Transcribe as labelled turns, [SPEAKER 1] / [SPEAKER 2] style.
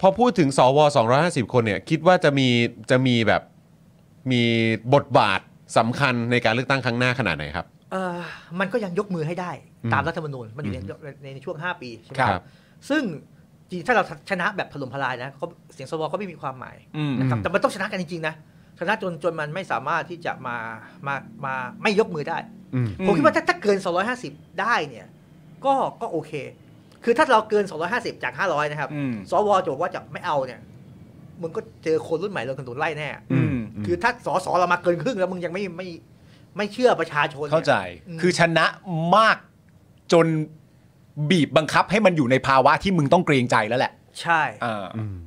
[SPEAKER 1] พอพูดถึงสว250 คนเนี่ยคิดว่าจะมีจะมีแบบมีบทบาทสำคัญในการเลือกตั้งครั้งหน้าขนาดไหนครับ
[SPEAKER 2] เอ่อมันก็ยังยกมือให้ได้
[SPEAKER 1] อืม
[SPEAKER 2] ตามรัฐธรรมนูญมันอยู่ใน
[SPEAKER 1] อืม
[SPEAKER 2] ในในในช่วง 5 ปีใช่ไหม
[SPEAKER 1] ครับ
[SPEAKER 2] ซึ่งจริงๆถ้าเราชนะแบบถล่มทลายนะก็เสียงสวก็ไม่มีความหมาย
[SPEAKER 3] อืม
[SPEAKER 2] นะครับ
[SPEAKER 1] อืม
[SPEAKER 2] แต่มันต้องชนะกันจริงๆนะชนะจนจนมันไม่สามารถที่จะมามามาไม่ยกมือได้
[SPEAKER 1] อืม
[SPEAKER 3] อืม
[SPEAKER 2] ผมคิดว่าถ้าถ้าเกิน 250 ได้เนี่ยก็ก็โอเค คือถ้าเราเกิน 250 จาก 500 นะครับ
[SPEAKER 3] อืม
[SPEAKER 2] สวจะบอกว่าจะไม่เอาเนี่ยมึงก็เจอคนรุ่นใหม่โดนกระตุนไล่แน่
[SPEAKER 3] อืม
[SPEAKER 2] คือถ้าสสเรามาเกินครึ่งแล้วมึงยังไม่ไม่ไม่เชื่อประชาชนนี่ย
[SPEAKER 3] เข้าใจ
[SPEAKER 2] อืม
[SPEAKER 3] คือชนะมากจนบีบบังคับให้มันอยู่ในภาวะที่มึงต้องเกรงใจแล้วแหละ
[SPEAKER 2] ใช่
[SPEAKER 3] อ่า